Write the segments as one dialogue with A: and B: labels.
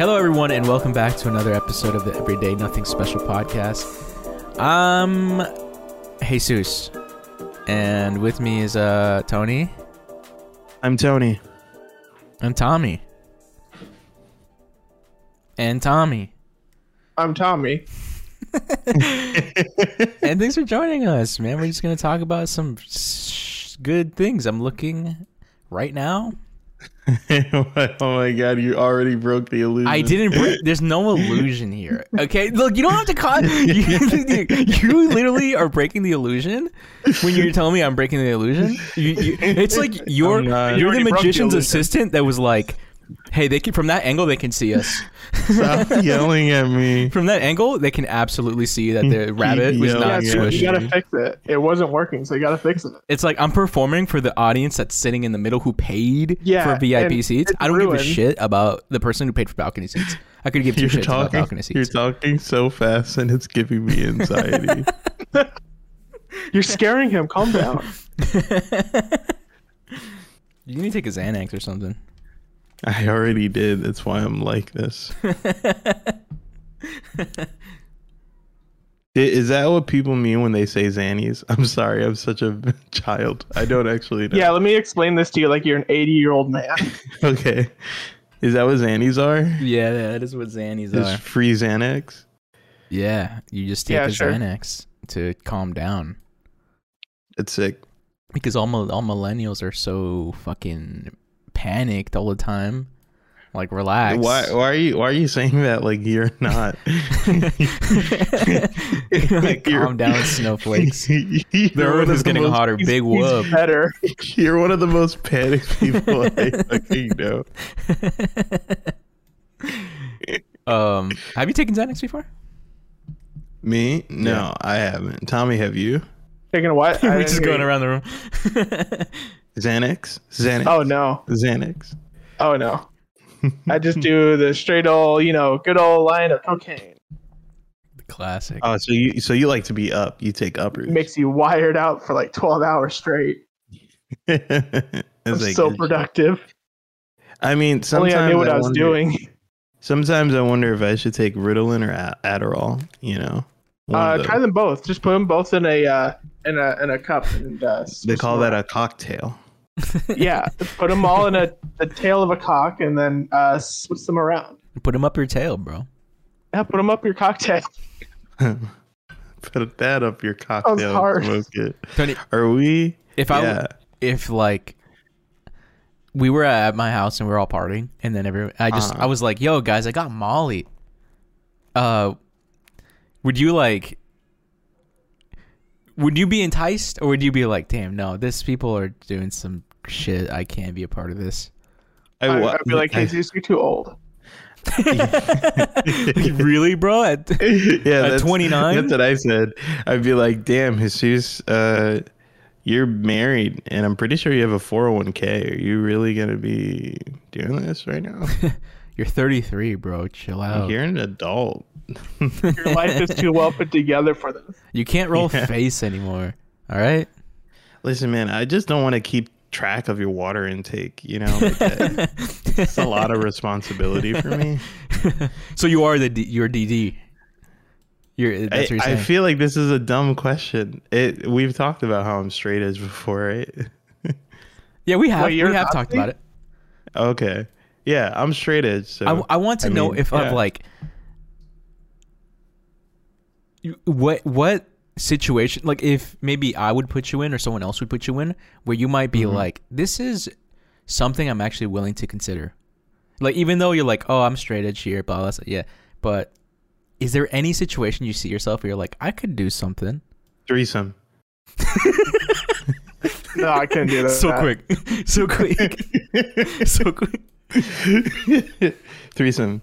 A: Hello, everyone, and welcome back to another episode of the Everyday Nothing Special podcast. I'm Jesus, and with me is uh Tony
B: I'm Tony.
A: and Tommy and Tommy.
C: I'm Tommy.
A: and thanks for joining us, man. We're just gonna talk about some s- good things. I'm looking right now.
B: oh my god, you already broke the illusion.
A: I didn't. Break, there's no illusion here. Okay, look, you don't have to cause. You, you literally are breaking the illusion when you're telling me I'm breaking the illusion. You, you, it's like you're
B: I'm not. You
A: you're the
C: already broke the
A: magician's
C: illusion.
A: assistant that was like, "Hey, they can from that angle they can see us.
B: Stop yelling at me.
A: From that angle they can absolutely see that the rabbit was
B: Yeah,
A: not
B: yeah.
C: you,
A: squished."
C: you gotta fix it. It wasn't working, so you gotta fix it.
A: It's like I'm performing for the audience that's sitting in the middle who paid
C: Yeah,
A: for VIP
C: and
A: seats.
C: it's
A: I don't give a
C: ruined.
A: shit about the person who paid for balcony seats. I could give two
B: You're
A: shits about
B: talking.
A: balcony
B: You're
A: seats.
B: talking so fast, and it's giving me anxiety.
C: You're scaring him. Calm down.
A: You need to take a Xanax or something.
B: I already did. That's why I'm like this. I- Is that what people mean when they say Xannies? I'm sorry, I'm such a child. I don't actually know.
C: yeah, let me explain this to you like you're an 80 year old man.
B: Okay. Is that what Xannies are?
A: Yeah, that is what Xannies
B: Is free Xanax?
A: Yeah, you just take
C: Yeah,
A: a
C: sure.
A: Xanax to calm down
B: It's sick.
A: because all mil- all millennials are so fucking panicked all the time. Like, relax.
B: Why? Why are you? Why are you saying that? Like you're not.
A: Like, calm down, snowflakes. The
B: You're
A: earth
B: one of
A: is
B: the
A: getting
B: most-
A: hotter. Big whoop.
C: Better.
B: You're one of the most panicked people I fucking know.
A: um, have you taken Xanax before?
B: Me? No, I haven't. Tommy, have you?
C: Taking a what? I
A: We're
C: didn't
A: just
C: hear
A: going
C: you.
A: around the room.
B: Xanax? Xanax?
C: Oh, no.
B: Xanax.
C: Oh, no. I just do the straight old, you know, good old line of cocaine.
A: Classic.
B: Oh, so you so you like to be up? You take uppers?
C: Makes you wired out for like 12 hours straight. I'm
B: It's like-
C: so productive.
B: I mean, sometimes
C: Only I knew what I, was
B: wonder-
C: doing.
B: Sometimes I wonder if I should take Ritalin or A- Adderall. You know, One of
C: Uh,
B: those.
C: try them both. Just put them both in a uh, in a in a cup and uh,
B: they call that
C: a.
B: a cocktail.
C: yeah, put them all in a the tail of a cock and then uh, switch them around.
A: Put him up your tail, bro.
C: Yeah, put them up your cocktail.
B: Put that up your cocktail. and
C: hard.
B: Smoke it.
A: Tony,
B: Are we?
A: if I
B: yeah.
A: if like we were at my house and we were all partying and then every I just
B: Uh-huh.
A: I was like, "Yo guys, I got Molly." Uh would you like would you be enticed or would you be like, "Damn, no, this people are doing some shit. I can't be a part of this."
B: I,
C: I,
B: wa-
C: would be like,
B: I-
C: Jesus, you're too old.
A: really, bro? At-
B: yeah, that's-
A: 29?
B: That's what I said. I'd be like, damn, Jesus, uh, you're married, and I'm pretty sure you have a 401k. Are you really gonna be doing this right now?
A: You're 33, bro. Chill out.
B: You're an adult.
C: Your life is too well put together for this.
A: You can't roll
B: Yeah.
A: face anymore. All right?
B: Listen, man, I just don't want to keep track of your water intake. You know, like that. it's a lot of responsibility for me.
A: So you are the D- you're DD. You're that's
B: I,
A: what you're
B: I
A: saying.
B: feel like this is a dumb question. It we've talked about how I'm straight edge before, right?
A: yeah, we have
C: Wait, you're
A: we have
C: not
A: talked
C: the-
A: about it.
B: Okay. Yeah, I'm straight edge. So
A: I, I want to
B: I
A: know
B: mean,
A: if
B: yeah.
A: of like you- what what situation like if maybe I would put you in or someone else would put you in where you might
B: Mm-hmm.
A: be like this is something I'm actually willing to consider. Like even though you're like oh I'm straight edge here blah blah, blah yeah but is there any situation you see yourself where you're like I could do something
B: threesome.
C: No, I couldn't do that.
A: so quick so quick so quick
B: threesome.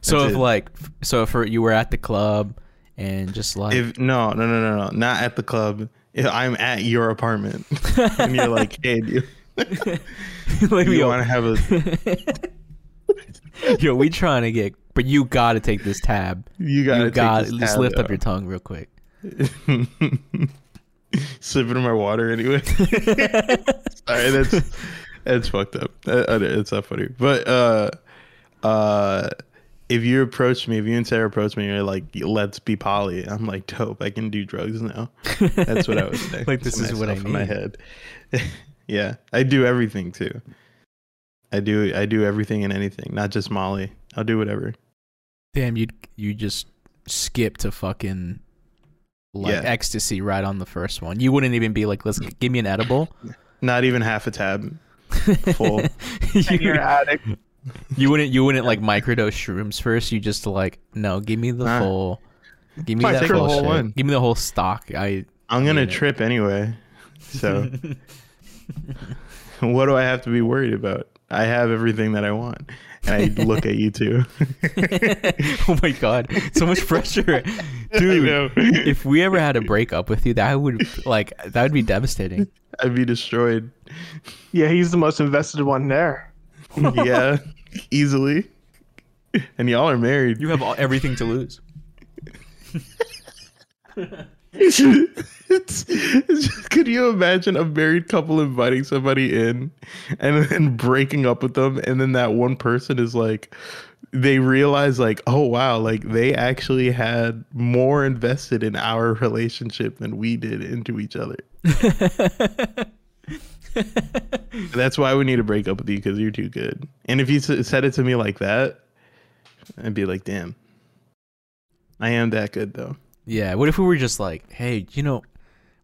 A: so
B: That's
A: if
B: it.
A: like f- so if you were at the club and just like
B: If no, no, no, no, no, not at the club. If I'm at your apartment, and you're like, "Hey, do you,
A: like,
B: you
A: yo,
B: want to have a?
A: Yo, we trying to get, but you got to take this tab.
B: You gotta
A: You got
B: take
A: to
B: this
A: just
B: tab,
A: lift up
B: yo.
A: your tongue real quick.
B: Slip into my water anyway. Sorry, that's that's fucked up. Uh, uh, It's not funny, but uh, uh, if you approach me, if you and Sarah approach me, and you're like, "Let's be poly." I'm like, "Dope, I can do drugs now." That's what I was saying.
A: Like,
B: to
A: this is what I
B: myself in my
A: need.
B: head. yeah, I do everything too. I do I do everything and anything, not just Molly. I'll do whatever.
A: Damn, you you just skipped to fucking like
B: Yeah.
A: ecstasy right on the first one. You wouldn't even be like, "Let's give me an edible."
B: Not even half a tab. Full.
C: And you're
A: you,
C: addict.
A: you wouldn't you wouldn't like microdose shrooms first. You just like, no, give me the
B: Nah.
A: full. Give me
B: Fine,
A: that
B: take the
A: full
B: whole
A: shit.
B: one.
A: Give me the whole stock. I
B: I'm gonna
A: Yeah.
B: trip anyway. So what do I have to be worried about? I have everything that I want. And I look at you two.
A: oh my god, so much pressure, dude. If we ever had a breakup with you, that would like that would be devastating.
B: I'd be destroyed.
C: Yeah, he's the most invested one there.
B: yeah, easily. And y'all are married.
A: You have all, everything to lose.
B: it's, it's just- could you imagine a married couple inviting somebody in and then breaking up with them and then that one person is like they realize like oh wow like they actually had more invested in our relationship than we did into each other that's why we need to break up with you because you're too good and if you s- said it to me like that i'd be like damn i am that good though
A: Yeah. What if we were just like, hey, you know,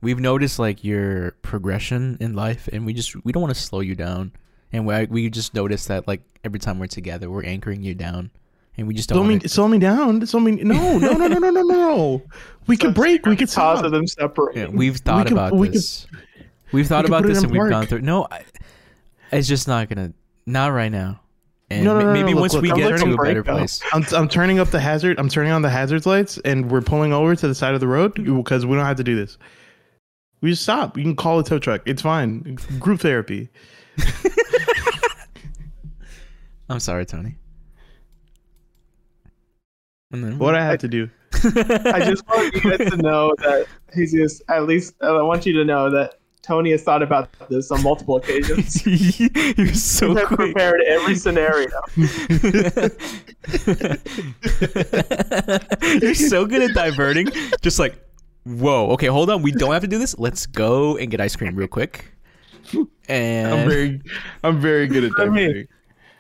A: we've noticed like your progression in life, and we just we don't want to slow you down, and we we just notice that like every time we're together, we're anchoring you down, and we just don't.
B: Slow me,
A: Wanna,
B: slow me down. Slow me. No, no, no, no, no, no, no. We could break. We could
C: cause of
B: stop.
C: them separating.
A: yeah, we've thought
B: can-
A: about
B: we can-
A: this. we've thought
B: we can
A: about
B: put it
A: this,
B: in
A: and we've
B: work.
A: gone through. No, I, it's just not gonna. Not right now. And
B: No, no,
A: ma-
B: no, no,
A: maybe
B: look,
A: once
B: look,
A: we
B: I'm
A: get
B: looking
A: to a
B: for
A: better
C: breakup.
A: place.
B: I'm, I'm turning up the hazard. I'm turning on the hazards lights, and we're pulling over to the side of the road because we don't have to do this. We just stop. You can call a tow truck. It's fine. Group therapy.
A: I'm sorry, Tony. And then-
B: What I have to do.
C: I just want you guys to know that he's just, at least, uh, I want you to know that Tony has thought about this on multiple occasions.
A: You're so
C: I've
A: quick.
C: prepared every scenario.
A: You're so good at diverting. Just like, whoa, okay, hold on. We don't have to do this. Let's go and get ice cream real quick.
B: I'm
A: And
B: very, I'm very good at
C: I mean,
B: that.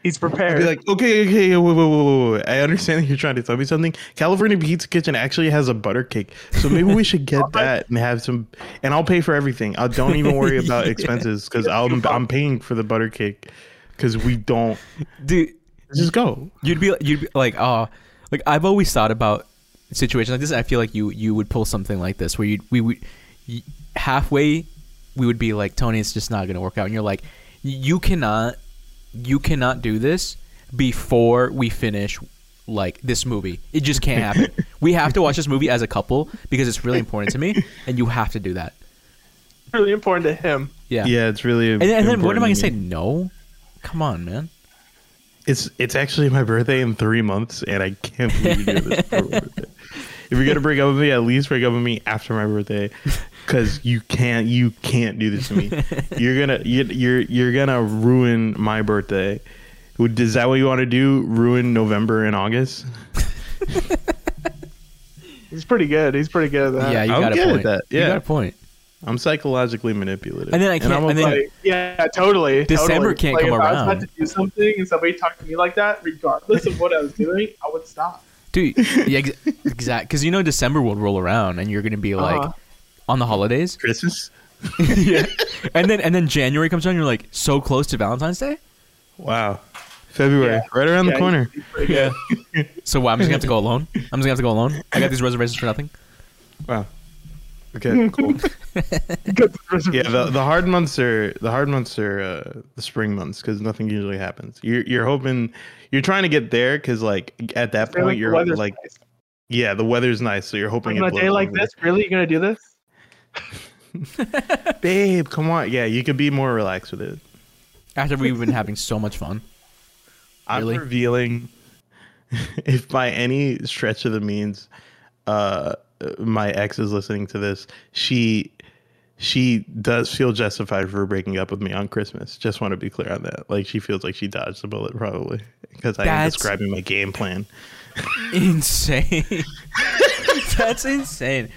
C: He's prepared.
B: Be like, okay, okay, whoa, whoa, whoa, whoa, whoa. I understand that you're trying to tell me something. California Pizza Kitchen actually has a butter cake, so maybe we should get that and have some. And I'll pay for everything. I don't even worry about expenses because I'm I'm paying for the butter cake because we don't
A: dude,
B: just go.
A: you'd be you'd be like, oh, like I've always thought about situations like this. I feel like you you would pull something like this where you we would y- halfway we would be like, Tony, it's just not gonna work out, and you're like, you cannot, you cannot do this before we finish like this movie. It just can't happen. we have to watch this movie as a couple because it's really important to me, and you have to do that.
C: It's really important to him.
A: Yeah.
B: Yeah, it's really.
A: And then, and then what am I gonna say? No. Come on, man.
B: It's it's actually my birthday in three months, and I can't believe you did this before my birthday. If you're gonna break up with me, at least break up with me after my birthday, because you can't you can't do this to me. You're gonna you, you're you're gonna ruin my birthday. Would- Is that what you want to do? Ruin November and August?
C: He's pretty good. He's pretty good at that.
A: yeah, you
B: Uh, I'm
A: got a
B: good at
A: point.
B: that,
A: You
B: yeah.
A: got a point.
B: I'm psychologically manipulative,
A: And then I can't-
B: I'm a-
A: and then-
C: Like, yeah, totally.
A: December
C: totally.
A: can't
C: like,
A: come
C: if I was
A: around.
C: about to do something and somebody talked to me like that, regardless of what I was doing, I would stop.
A: Dude, yeah, ex- exact. Because you know December will roll around, and you're gonna be like
C: Uh-huh.
A: on the holidays,
B: Christmas.
A: yeah. and then and then January comes around, you're like so close to Valentine's Day.
B: Wow, February,
C: Yeah.
B: right around
C: Yeah,
B: the corner.
C: he's pretty good.
A: So why I'm just gonna have to go alone. I'm just gonna have to go alone. I got these reservations for nothing.
B: Wow. Okay, cool.
C: Good for-
B: yeah the, the hard months are the hard months are uh, the spring months because nothing usually happens you're, you're hoping you're trying to get there because like at that
C: Really,
B: point
C: the
B: you're
C: weather's
B: like
C: nice.
B: yeah the weather's nice so you're hoping
C: on a
B: blows
C: day like
B: over.
C: this, really, you gonna do this?
B: babe come on yeah you could be more relaxed with it
A: After we've been having so much fun.
B: i'm
A: Really?
B: revealing if by any stretch of the means uh my ex is listening to this she she does feel justified for breaking up with me on Christmas. Just want to be clear on that. Like she feels like she dodged the bullet probably because I am
A: That's-
B: describing my game plan.
A: insane. That's insane.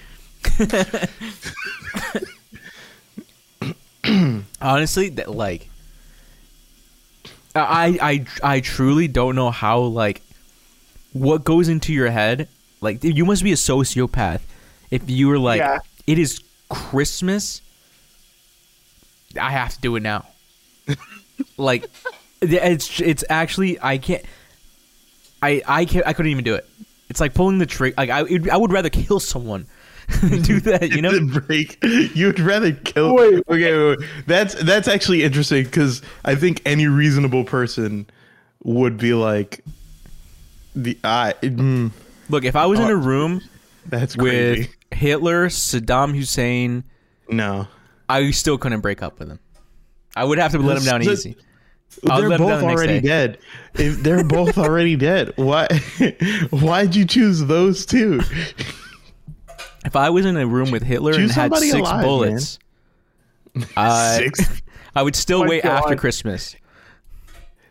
A: Honestly, that like I I I truly don't know how like what goes into your head. Like you must be a sociopath if you were like
C: Yeah.
A: it is Christmas. I have to do it now. like it's it's actually I can't I I can't I couldn't even do it. It's like pulling the trigger. Like I it, I would rather kill someone than do that. You know?
B: to break. You'd rather kill.
C: Wait.
B: okay, wait, wait. that's that's actually interesting because I think any reasonable person would be like, the I. mm,
A: Look, if I was in a room
B: that's crazy.
A: with Hitler, Saddam Hussein,
B: no,
A: I still couldn't break up with him. I would have to let him down
B: The-
A: easy. I'll
B: they're
A: let him down
B: both
A: the next
B: already
A: day.
B: dead. If they're both already dead, why? Why'd you choose those two?
A: If I was in a room with Hitler and
B: Choose
A: had
B: somebody
A: six
B: alive,
A: bullets, I
B: Six.
A: I would still
C: My
A: wait after
C: God.
A: Christmas.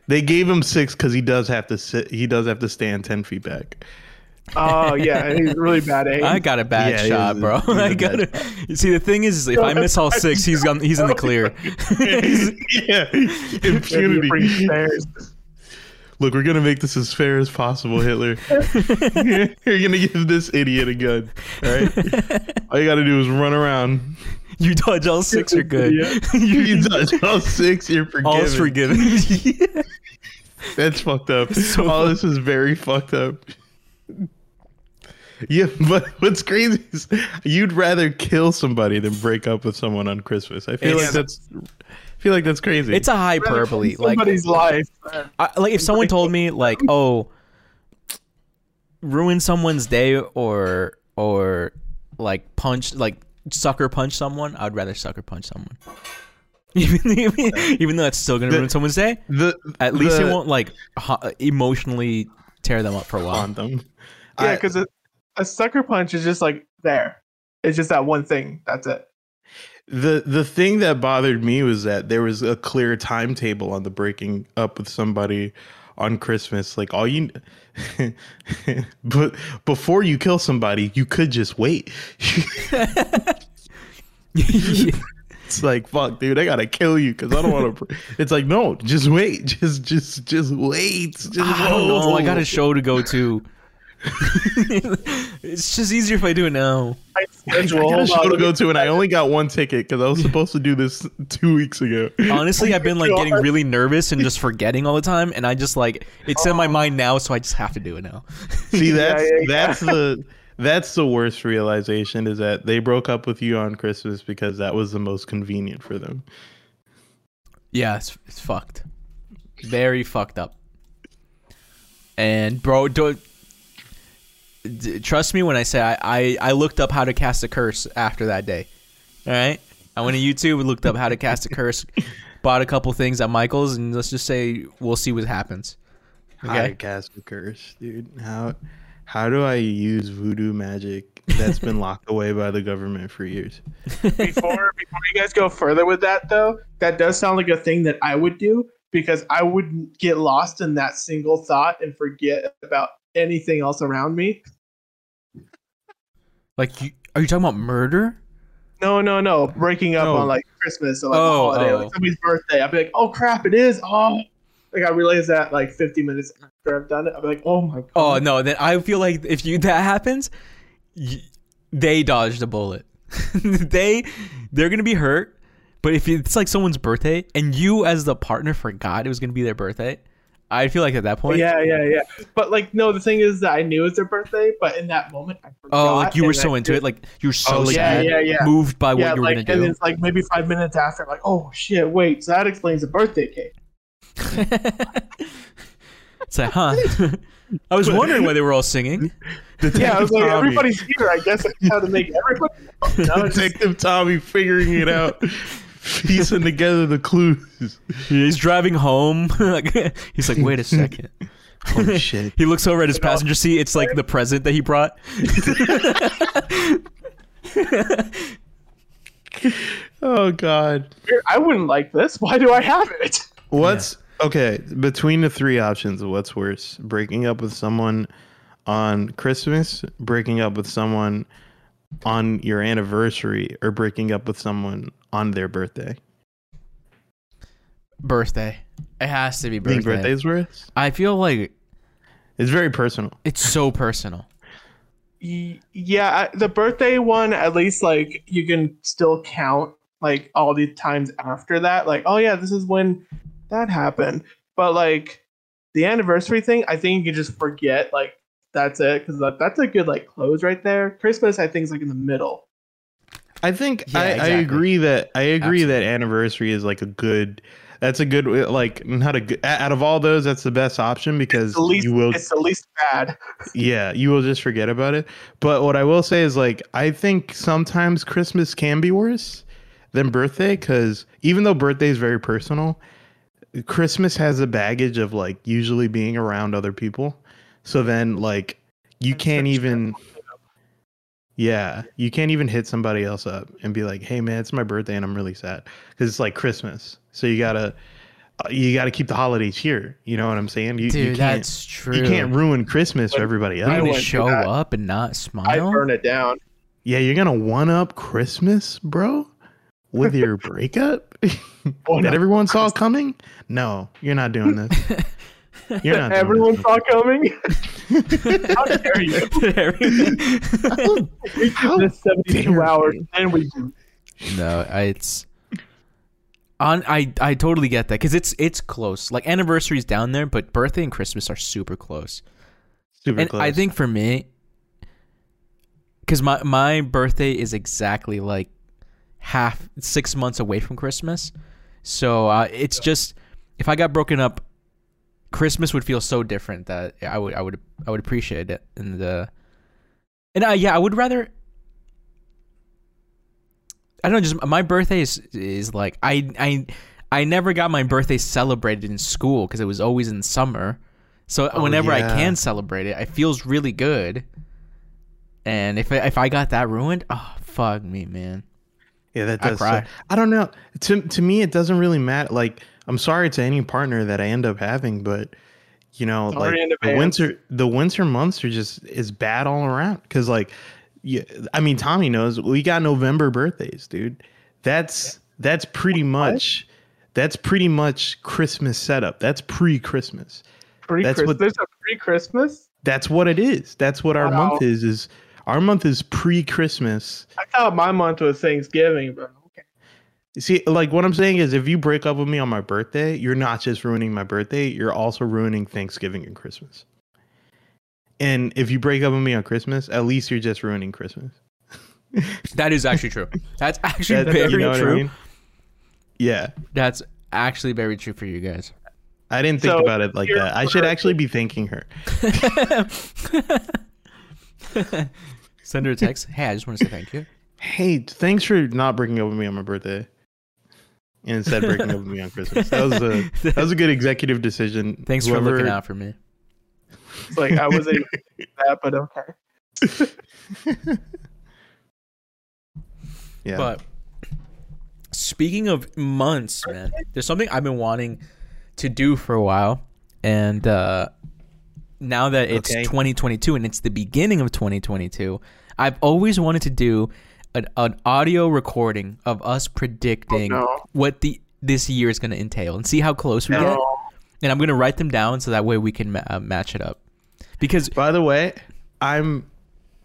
B: They gave him six because he does have to sit. He does have to stand ten feet back.
C: Oh yeah, he's really bad aim.
A: I got a bad
B: Yeah, he
A: shot,
B: was-
A: bro.
B: he was
A: I
B: a
A: got
B: bad
A: a, You see the thing is, is if I miss all six, he's on, he's in the clear.
B: yeah,
C: Maybe you bring
B: impunity.
C: stairs.
B: Look, we're gonna make this as fair as possible, Hitler. You're gonna give this idiot a gun. All right. All you gotta do is run around.
A: you dodge all six, you're good.
C: Yeah.
A: You-
B: You touch all six, you're forgiven.
A: All's forgiven.
B: That's fucked up.
A: So
B: all this is very fucked up. Yeah, but what's crazy is you'd rather kill somebody than break up with someone on Christmas. I feel
A: It's-
B: like that's I feel like that's crazy.
A: It's a hyperbole. Like,
C: Somebody's life. Uh,
A: I, like if someone told me like, oh, ruin someone's day or or like punch like sucker punch someone, I'd rather sucker punch someone. Even even, even though that's still gonna ruin someone's day,
B: the
A: at least
B: the-
A: it won't like ho- emotionally tear them up for a while.
B: on them.
C: Yeah,
B: I-
C: because a, a sucker punch is just like there. It's just that one thing. That's it.
B: the the thing that bothered me was that there was a clear timetable on the breaking up with somebody on Christmas. Like all you, but before you kill somebody, you could just wait. it's like fuck, dude, I gotta kill you because I don't want to. it's like no, just wait, just just just wait. Just
A: I don't know. I got
B: wait.
A: a show to go to. it's just easier if I do it now.
C: I
B: I
C: schedule.
B: got a
C: hold
B: show
C: on,
B: to
C: let me-
B: go to, and I only got one ticket because I was supposed to do this two weeks ago.
A: Honestly, I've been like getting
C: God.
A: really nervous and just forgetting all the time, and I just like it's in my mind now, so I just have to do it now.
B: See, that's
C: yeah, yeah.
B: that's the that's the worst realization is that they broke up with you on Christmas because that was the most convenient for them.
A: yeah, it's, it's fucked, very fucked up. And bro, don't d- trust me when I say I, I I looked up how to cast a curse after that day. All right, I went to YouTube, looked up how to cast a curse, bought a couple things at Michaels, and let's just say we'll see what happens.
B: How to cast a curse, dude. How how do I use voodoo magic that's been locked away by the government for years?
C: before before you guys go further with that though, that does sound like a thing that I would do because I would get lost in that single thought and forget about anything else around me.
A: Like, you, are you talking about murder?
C: No, no, no. Breaking up
B: No.
C: on like Christmas or like
A: Oh,
C: a holiday,
A: oh.
C: like somebody's birthday. I'd be like, oh crap, it is. Oh, like I realize that like 50 minutes after I've done it, I'd be like, oh my god.
A: Oh no, then I feel like if you that happens, y they dodged a bullet. they they're gonna be hurt. But if it's like someone's birthday and you as the partner forgot it was gonna be their birthday, I feel like at that point,
C: Yeah, yeah, yeah. But like, no, the thing is that I knew it was their birthday, but in that moment, I forgot.
A: oh, like you were
C: and
A: so
C: I
A: into
C: did-
A: it, like you were so
B: Oh,
A: like
C: yeah,
A: you-
C: yeah, yeah.
A: moved by
C: yeah,
A: what you were
C: like,
A: gonna
C: and
A: do.
C: it's like maybe five minutes after, like, oh shit, wait, so that explains the birthday cake.
A: it's like, huh? I was wondering why they were all singing.
C: Yeah, I was like,
B: Tommy.
C: everybody's here. I guess I know how to make everybody. No, it's just-
B: Detective Tommy figuring it out, piecing together the clues.
A: He's driving home. like, he's like, wait a second.
B: Oh shit!
A: He looks over at his passenger seat. It's like the present that he brought.
B: Oh God.
C: Weird, I wouldn't like this. Why do I have it?
B: What's okay between the three options? What's worse, breaking up with someone on Christmas, breaking up with someone on your anniversary, or breaking up with someone on their birthday?
A: Birthday. It has to be
B: Birthday. Think
A: birthday.
B: birthday's worse?
A: I feel like
B: It's very personal.
A: it's so personal.
C: Y- Yeah, I- the birthday one at least like you can still count like all the times after that. Like, oh yeah, this is when that happened. But like the anniversary thing, I think you can just forget. Like that's it because that, that's a good like close right there. Christmas, I think, is like in the middle.
B: I think
A: Yeah,
B: I, I
A: exactly.
B: agree that I agree
A: Absolutely.
B: that anniversary is like a good. That's a good like not a good out of all those. That's the best option because
C: It's the least,
B: you will
C: it's the least bad.
B: yeah you will just forget about it. But what I will say is like I think sometimes Christmas can be worse than birthday because even though birthday is very personal, Christmas has the baggage of like usually being around other people. So then like you can't even yeah, you can't even hit somebody else up and be like, "Hey man, it's my birthday and I'm really sad." Cuz it's like Christmas. So you got to you got to keep the holidays here. You know what I'm saying? You,
A: Dude,
B: you can't
A: that's true.
B: you can't ruin Christmas for everybody
A: You're
B: else.
C: I
A: gonna
C: wouldn't do
A: show
C: that.
A: up and not
C: I
A: smile.
C: burn it down.
B: Yeah, you're going to one up Christmas, bro? With your breakup?
A: Oh,
C: One
B: that
C: up
B: everyone saw coming? No, you're not doing this. You're not doing
C: Everyone
B: this.
C: saw coming. How dare you? We give
B: How dare
C: this
B: you.
C: seventy-two hours, and we do
A: no, I- it's on. I I totally get that because it's it's close. Like anniversaries down there, but birthday and Christmas are super close.
B: Super
A: and
B: close.
A: I think for me, because my my birthday is exactly like half six months away from Christmas, so uh, it's just if I got broken up, Christmas would feel so different that I would I would I would appreciate it and the and I yeah I would rather. I don't know. Just my birthday is is like I I I never got my birthday celebrated in school because it was always in summer. So whenever I
B: Oh, yeah.
A: can celebrate it, it feels really good. And if I, if I got that ruined, oh fuck me, man.
B: Yeah, that
A: I
B: does.
A: cry.
B: suck. I don't know. To to me, it doesn't really matter. Like, I'm sorry to any partner that I end up having, but you know,
C: Sorry in
B: like the
C: advance.
B: winter, the winter months are just is bad all around. Because like, yeah, I mean, Tommy knows we got November birthdays, dude. That's that's pretty much that's pretty much Christmas setup. That's pre Christmas. That's
C: pre-Christmas.
B: what-
C: There's a pre-Christmas.
B: That's what it is. That's what our
C: Wow.
B: month is. Is our month is pre Christmas.
C: I thought my month was Thanksgiving, but okay.
B: See, like what I'm saying is, if you break up with me on my birthday, you're not just ruining my birthday, you're also ruining Thanksgiving and Christmas. And if you break up with me on Christmas, at least you're just ruining Christmas.
A: That is actually true. That's actually
B: That- you
A: very
B: know what I
A: true.
B: mean? Yeah,
A: That's actually very true for you guys.
B: I didn't think
C: So,
B: about it like
C: you're-
B: that. I should actually be thanking her.
A: Send her a text. Hey, I just want to say thank you.
B: Hey, thanks for not breaking up with me on my birthday, and instead breaking up with me on Christmas. That was a that was a good executive decision.
A: Thanks for
B: Whoever-
A: looking out for me.
C: It's like I wasn't even thinking that, but okay.
B: Yeah,
A: But speaking of months, man, there's something I've been wanting to do for a while, and uh, now that it's
B: Okay.
A: 2022 and it's the beginning of 2022, I've always wanted to do an, an audio recording of us predicting
C: Oh, no.
A: what the this year is going to entail and see how close we get.
C: No.
A: And I'm going to write them down so that way we can ma- uh, match it up. Because
B: By the way, I'm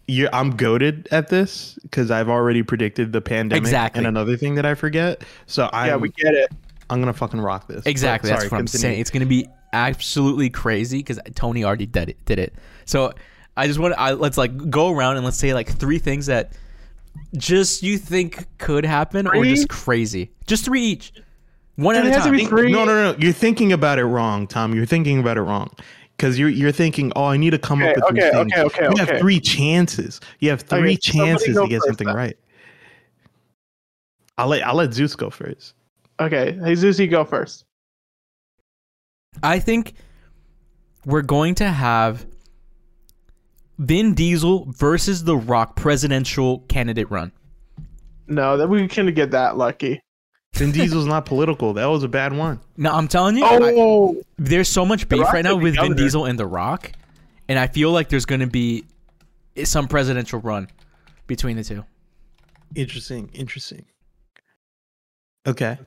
B: you I'm goaded at this because I've already predicted the pandemic
A: Exactly.
B: and another thing that I forget. So I'm
C: Yeah, we get it.
B: I'm gonna fucking rock this.
A: Exactly.
B: But
A: that's what I'm saying. It's going to be absolutely crazy because Tony already did it. Did it. So I just want to let's like go around and let's say like three things that just you think could happen or
C: Three?
A: just crazy. Just three each. One at a
C: Dude, it has to
A: time.
C: be
B: Think-
C: Three-
B: No, no, no. You're thinking about it wrong, Tom. You're thinking about it wrong. Because you're you're thinking, oh, I need to come
C: Okay,
B: up with
C: okay,
B: these things.
C: okay, okay,
B: you have
C: okay.
B: three chances. You have three
C: Okay, somebody
B: chances
C: go
B: to get
C: first
B: something
C: then.
B: right. I'll let I'll let Zeus go first.
C: Okay, Jesus, you go first.
A: I think we're going to have Vin Diesel versus The Rock presidential candidate run.
C: No, that we can get that lucky.
B: Vin Diesel's not political. That was a bad one.
A: No, I'm telling you, I-
C: Oh,
A: there's so much beef
C: Rock
A: right now
C: could be
A: with Vin
C: governor.
A: Diesel and The Rock, and I feel like there's gonna be some presidential run between the two.
B: Interesting. Interesting. Okay.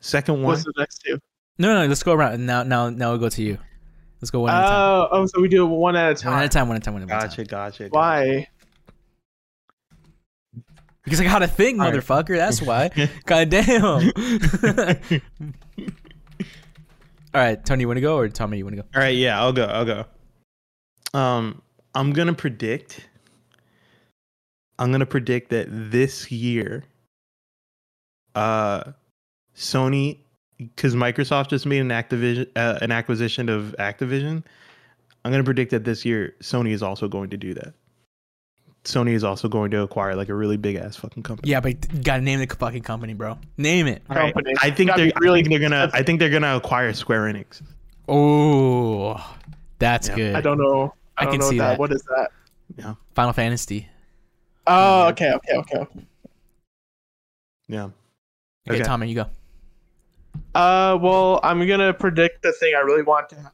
B: Second one.
C: what's the next two?
A: No, no, let's go around. Now, now, now we'll go to you. Let's go one at a time.
C: Oh, oh, so we do it one at a time.
A: One at a time. One at a time. One at a time.
B: Gotcha, gotcha.
C: Why?
A: Because I got to think,
B: All right.
A: motherfucker. That's why. God damn. All right, Tony, you want to go or Tommy, you want to go?
B: All right, yeah, I'll go. I'll go. Um, I'm gonna predict. I'm gonna predict that this year, uh, Sony, because Microsoft just made an Activision, uh, an acquisition of Activision. I'm gonna predict that this year Sony is also going to do that. Sony is also going to acquire like a really big ass fucking company.
A: Yeah, but gotta name the fucking company, bro. Name it.
B: All right,
C: Company.
B: I think
C: Gotta
B: they're
C: be really
B: I think they're gonna.
C: expensive.
B: I think they're gonna acquire Square Enix.
A: Oh, that's
B: Yeah.
A: good.
C: I don't know.
A: I
C: I don't
A: can
C: know
A: see
C: that.
A: that.
C: What is that?
A: Final Fantasy.
C: Oh, okay, okay, okay. okay.
B: Yeah.
A: Okay,
B: Okay.
A: Tommy, you go.
C: Uh, well, I'm gonna predict the thing I really want to happen.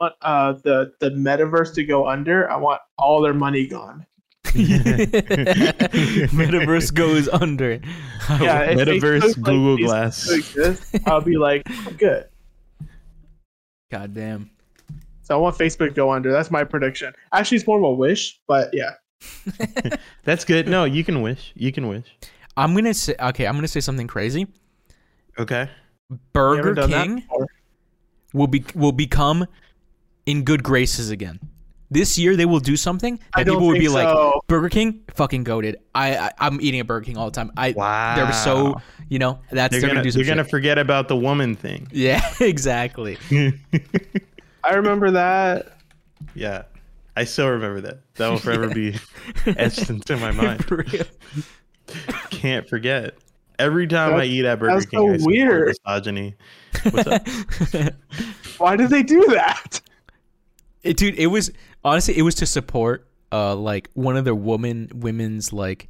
C: I want uh the the metaverse to go under. I want all their money gone.
A: Metaverse goes under.
C: Yeah, if Facebook,
B: Metaverse,
C: like,
B: Google
C: ceases
B: Glass.
C: to exist, I'll be like, I'm good.
A: God damn.
C: So I want Facebook to go under. That's my prediction. Actually, it's more of a wish, but yeah.
B: That's good. No, you can wish. You can wish.
A: I'm gonna say okay. I'm gonna say something crazy.
B: Okay.
C: You ever
A: Burger
C: done that
A: King.
C: before?
A: will be will become in good graces again. This year they will do something that
C: I don't
A: people would
C: think
A: be like
C: so.
A: Burger King fucking goaded. I, I I'm eating a Burger King all the time. I
B: Wow.
A: they're so you know that's they're,
B: They're, gonna,
A: gonna, do
B: they're
A: some
B: gonna
A: shit.
B: forget about the woman thing.
A: yeah exactly.
C: I remember that.
B: yeah. I still remember that. That will forever be etched into my mind.
A: For real.
B: Can't forget. Every time I
C: That's-
B: eat at Burger
C: that's
B: King,
C: so
B: I support
C: weird.
B: misogyny. What's up?
C: Why did they do that?
A: It- dude, it was honestly it was to support uh like one of their woman women's like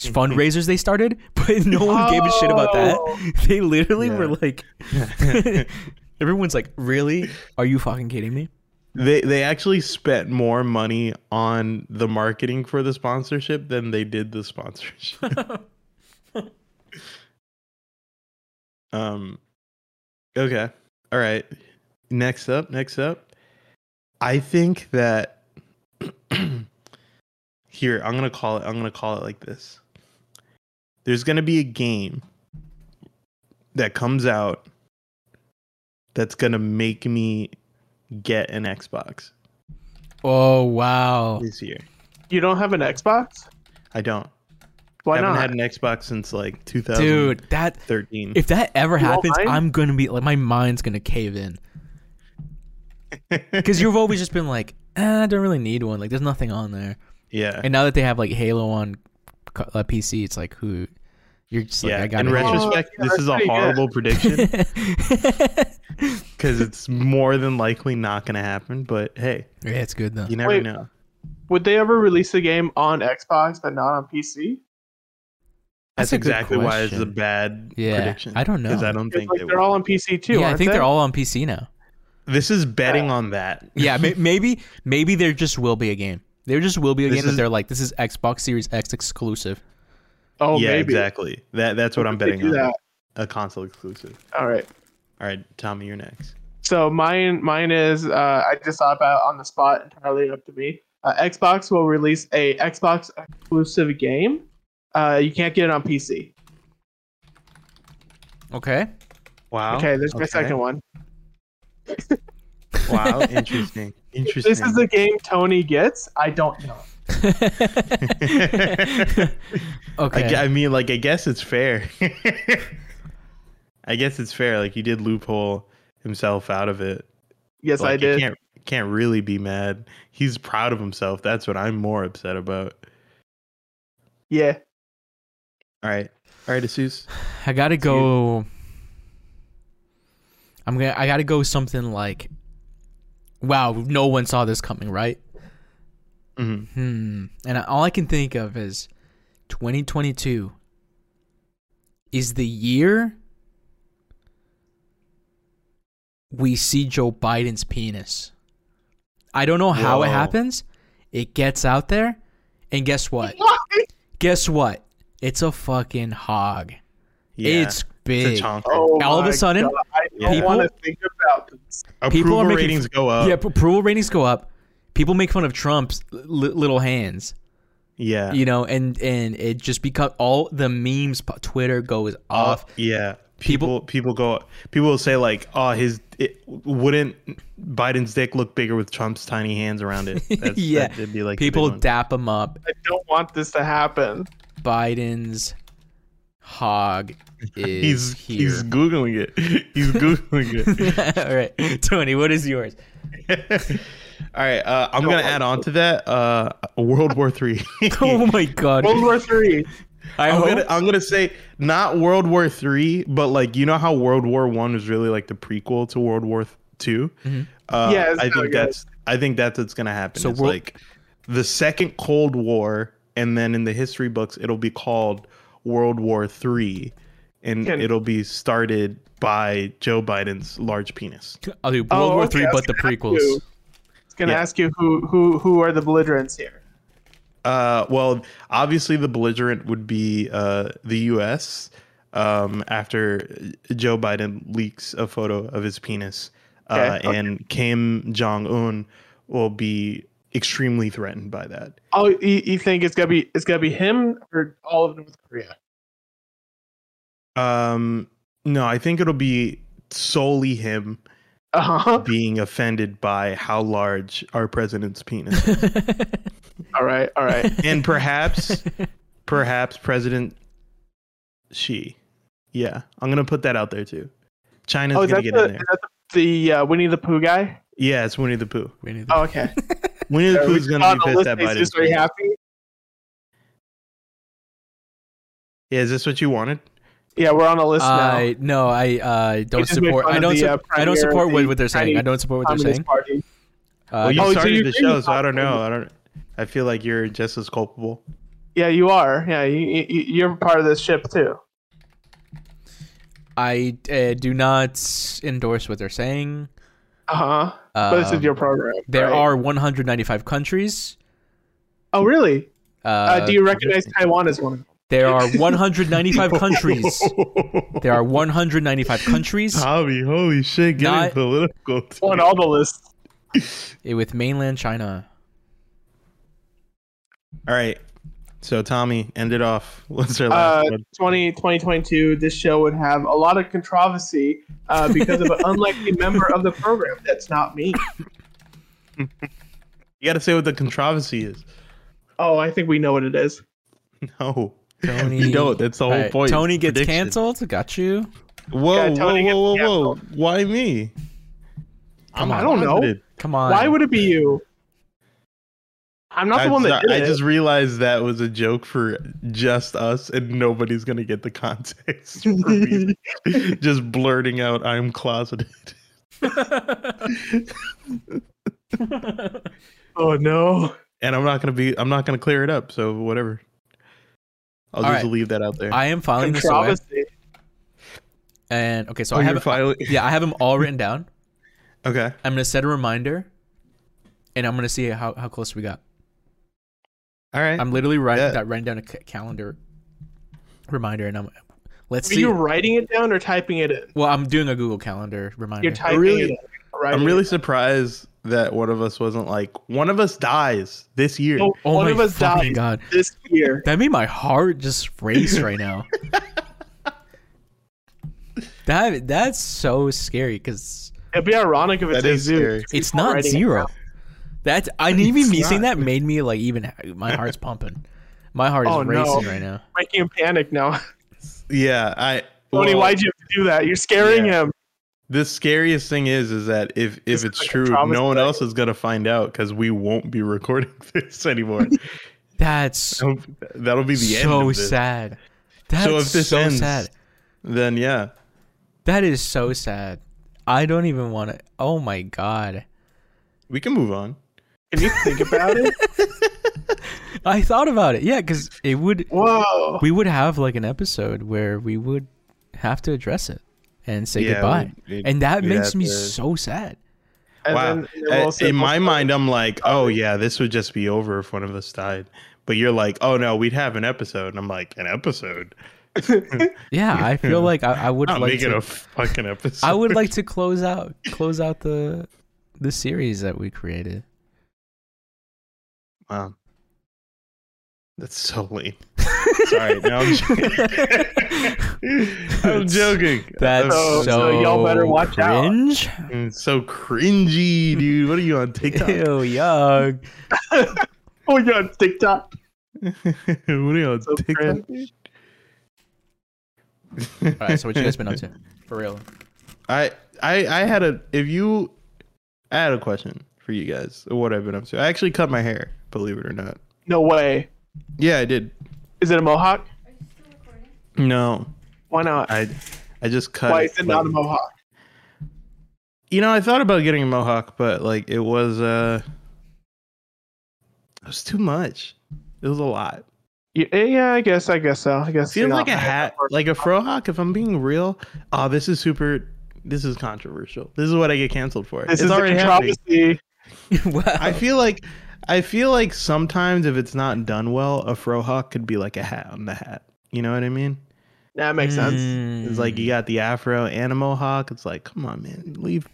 A: fundraisers they started, but no one gave a shit about
C: Oh.
A: that. They literally were
B: Yeah.
A: like, everyone's like, really? Are you fucking kidding me?
B: They they actually spent more money on the marketing for the sponsorship than they did the sponsorship. um okay. All right. Next up, next up. I think that here, I'm going to call it I'm going to call it like this. There's going to be a game that comes out that's going to make me get an Xbox
A: Oh wow!
B: this year.
C: You don't have an Xbox?
B: I don't.
C: Why
B: I haven't
C: not?
B: had an Xbox since like
A: Dude, that
B: 2013.
A: if that ever
C: won't
A: happens,
C: mind?
A: I'm gonna be like my mind's gonna cave in. Because you've always just been like, eh, I don't really need one. Like, there's nothing on there.
B: yeah.
A: And now that they have like Halo on co- uh, PC, it's like, who? You're just like,
B: yeah.
A: I got it.
B: In retrospect,
C: Oh, yeah,
B: this is a
C: that's pretty good.
B: horrible prediction because it's more than likely not going to happen. But hey,
A: yeah, it's good though.
B: you never
C: Wait.
B: know.
C: Would they ever release a game on Xbox but not on PC?
A: That's
B: That's,
A: a good
B: exactly why it's a
A: question.
B: bad
A: Yeah,
B: prediction.
A: I don't
B: Because
A: know.
B: I don't
C: Because
B: think
C: like,
B: they
C: they're
B: will.
C: all on PC too.
A: yeah, I
C: aren't
A: think
C: they?
A: they're all on PC now.
B: This is betting on that.
A: Yeah, may- maybe maybe there just will be a game. There just will be a
B: This
A: game that
B: is-
A: they're like, this is Xbox Series X exclusive.
C: Oh,
B: yeah,
C: maybe.
B: exactly. That that's what I'm
C: They
B: betting
C: do
B: on.
C: that.
B: A console exclusive.
C: All right.
B: All right, Tommy, you're next.
C: So mine, mine is. Uh, I just thought about on the spot entirely up to me. Uh, Xbox will release a Xbox exclusive game. Uh, you can't get it on PC.
A: Okay.
B: Wow.
C: okay, there's my second one.
B: Wow. Interesting. Interesting.
C: This is the game Tony gets. I don't know.
A: okay.
B: I, gu- I mean, like, I guess it's fair. I guess it's fair. Like, he did loophole himself out of it.
C: Yes,
B: Like,
C: I
B: you
C: did.
B: Can't, can't really be mad. He's proud of himself. That's what I'm more upset about.
C: Yeah.
B: All right. All right, Asus.
A: I gotta go. I'm gonna. I gotta go something like. Wow, no one saw this coming, right?
B: Mhm.
A: Hmm. And I, all I can think of is 2022 is the year we see Joe Biden's penis. I don't know how it
B: Whoa.
A: happens. It gets out there, and guess what? guess what? It's a fucking hog.
B: Yeah.
A: It's big.
B: It's a chonker.
C: Oh
A: All of a
C: my
A: sudden,
C: God, I don't
A: people-
C: want to think about this.
A: people
B: Approval
A: are making-
B: ratings go up.
A: yeah, approval ratings go up. People make fun of Trump's li- little hands.
B: Yeah.
A: you know, and and it just become all the memes. po- Twitter goes off.
B: Uh, Yeah.
A: People-
B: People, people go. People will say like, "Oh, his it, wouldn't Biden's dick look bigger with Trump's tiny hands around it?" That's,
A: yeah,
B: that'd be like the
A: people
B: big one.
A: dap him up.
C: I don't want this to happen.
A: Biden's hog is
B: He's
A: here.
B: he's googling it. He's googling
A: all right, Tony, what is yours?
B: it. All right, uh, I'm gonna add on to that. Uh, World War Three.
A: Oh my god!
C: World War Three.
A: I
B: I'm
A: hope
B: gonna, I'm gonna say not World War Three, but like you know how World War One is really like the prequel to World War Two. Uh,
C: Yeah, it's
B: I
C: not
B: think
C: good.
B: that's I think that's what's gonna happen.
A: So
B: it's
A: World-
B: like the second Cold War, and then in the history books, it'll be called World War Three, and
C: Can-
B: it'll be started by Joe Biden's large penis.
A: I'll do World
C: Oh,
A: War
C: okay,
A: Three,
C: I was
A: but the
C: gonna ask
A: prequels.
C: you. It's gonna
B: Yeah.
C: ask you who who who are the belligerents here.
B: Uh, well, obviously the belligerent would be uh, the U.S. Um, after Joe Biden leaks a photo of his penis, uh,
C: Okay, okay.
B: and Kim Jong Un will be extremely threatened by that.
C: Oh, you, you think it's gonna be it's gonna be him or all of North Korea?
B: Um, no, I think it'll be solely him
C: Uh huh.
B: being offended by how large our president's penis is.
C: All right. All right.
B: and perhaps, perhaps President Xi. Yeah, I'm gonna put that out there too. China's
C: oh, is
B: gonna
C: that,
B: get
C: the,
B: in there.
C: is that the, the uh, Winnie the Pooh guy?
B: Yeah, it's Winnie the Pooh.
A: We need to-
C: Oh, okay.
B: Winnie the Pooh's gonna be pissed at Biden.
C: Is very happy.
B: Yeah, is this what you
C: Uh,
B: wanted?
C: Yeah, we're on a list now.
A: I no, I uh, don't
C: just make
A: support.
C: fun
A: I
C: of
A: don't.
C: the,
A: su-
C: uh,
A: I don't
C: premier
A: support
C: of
A: what,
C: the
A: what they're saying. I
C: Chinese
A: don't support what they're
C: Communist
A: saying.
C: Party.
A: Uh,
B: Well, you
C: Oh, so
B: started
C: you
B: the
C: agree
B: show,
C: with
B: so I
C: that.
B: don't know. I don't. I feel like you're just as culpable.
C: Yeah, you are. Yeah, you, you, you're part of this ship too.
A: I uh, do not endorse what they're saying.
C: Uh huh. but this
A: Um,
C: is your program.
A: There
C: right?
A: are 195 countries.
C: Oh, really?
A: Uh,
C: Uh, do you recognize Taiwan as one? of them?
A: there are 195 countries. There are 195 countries
B: Tommy, holy shit, getting
A: Not-
B: political. today.
C: On all the lists.
A: eh, with mainland China.
B: All right. So Tommy, end it off. What's our
C: Uh,
B: last one?
C: 20, 2022, this show would have a lot of controversy uh, because of an unlikely member of the program. That's not me.
B: You gotta say what the controversy is.
C: Oh, I think we know what it is.
B: No.
A: Tony,
B: You don't. That's the whole
A: Alright,
B: point.
A: Tony gets
B: Prediction.
A: canceled. Got you.
B: Whoa,
C: Yeah, Tony
B: whoa,
C: gets
B: whoa, whoa, whoa. Why me? I'm
C: I don't know.
B: positive.
A: Come on.
C: Why would it be you? I'm not the
B: I'm
C: one that
B: sorry,
C: did
B: I
C: it.
B: just realized that was a joke for just us, and nobody's gonna get the context. For me. just blurting out, "I'm closeted."
C: oh no.
B: and I'm not gonna be I'm not gonna clear it up. So whatever. I'll
A: All
B: just
A: right.
B: leave that out there.
A: I am filing this away.
C: Controversy.
A: And okay, so
B: oh,
A: I
B: you're
A: have
B: filing.
A: yeah, I have them all written down.
B: Okay.
A: I'm gonna set a reminder, and I'm gonna see how, how close we got.
B: All right.
A: I'm literally writing
B: Yeah.
A: that writing down a ca- calendar reminder, and I'm let's
C: Are
A: see.
C: you writing it down or typing it in?
A: Well, I'm doing a Google Calendar reminder.
C: You're typing
B: really-
C: it in.
B: I'm really surprised that one of us wasn't like one of us dies this year.
C: One
A: Oh my
C: of us
A: fucking god!
C: died this year.
A: That made my heart just race right now. that that's so scary because
C: It'd be ironic if it's
B: That
C: a
B: is
C: zoo.
B: scary.
A: it's
C: People
A: not
C: writing it
A: zero.
C: down.
A: That's I even
B: It's
A: me seeing
B: not.
A: that made me like even my heart's pumping. My heart is
C: Oh, no.
A: racing right now.
C: Making him panic now.
B: Yeah. I.
C: Tony,
B: well,
C: why'd you have to do that? You're scaring him.
B: The scariest thing is, is that if if
C: This
B: it's
C: is like a
B: true,
C: traumatized-
B: no one else is gonna find out because we won't be recording this anymore.
A: That's
B: So That'll be the end.
A: so
B: of this.
A: sad. That's so,
B: if this ends-
A: sad.
B: Then yeah,
A: That is so sad. I don't even want to. Oh my god.
B: we can move on.
C: Can you think about it?
A: I thought about it. Yeah, because it would
C: Whoa.
A: we would have like an episode where we would have to address it and say
B: Yeah,
A: goodbye,
B: we-
A: and that
B: we'd
A: makes
B: have
A: me
B: to-
A: so sad.
C: And
B: wow.
C: then it will
B: Uh,
C: say-
B: in my mind, I'm like, oh yeah, this would just be over if one of us died. But you're like, oh no, we'd have an episode, and I'm like, an episode?
A: Yeah, I feel like I, I would
B: Not
A: like
B: making
A: to,
B: a fucking episode.
A: I would like to close out close out the the series that we created.
B: Wow. That's so lame. Sorry, no, I'm joking. I'm
A: That's-
B: joking.
A: That's so,
C: So- so y'all better watch out.
A: cringe.
B: Mm, so cringy, dude. What are you on TikTok?
A: Ew, yuck.
C: Oh, you're on TikTok.
B: what are you on
C: So
B: TikTok?
A: All right, so what you guys been up to? For real.
B: I I I had a if you I had a question for you guys. What I've been up to. I actually cut my hair, believe it or not.
C: No way.
B: Yeah, I did.
C: Is it a mohawk?
B: No,
C: Why not?
A: Uh,
B: I I just cut.
C: Why is it not a
B: like-
C: mohawk?
B: You know, I thought about getting a mohawk, but like it was uh it was too much. It was a lot.
C: Yeah, yeah, I guess, I guess so. I guess
B: Seems
C: you're
B: like a
C: not-
B: hat, like a frohawk. If I'm being real, oh, this is super. This is controversial. This is what I get canceled for.
C: This
B: it's
C: is a
B: already happening.
C: controversy.
A: wow.
B: I feel like, I feel like sometimes if it's not done well, a frohawk could be like a hat on the hat. You know what I mean?
C: That makes sense.
B: It's like you got the afro and a mohawk. It's like, come on, man, leave,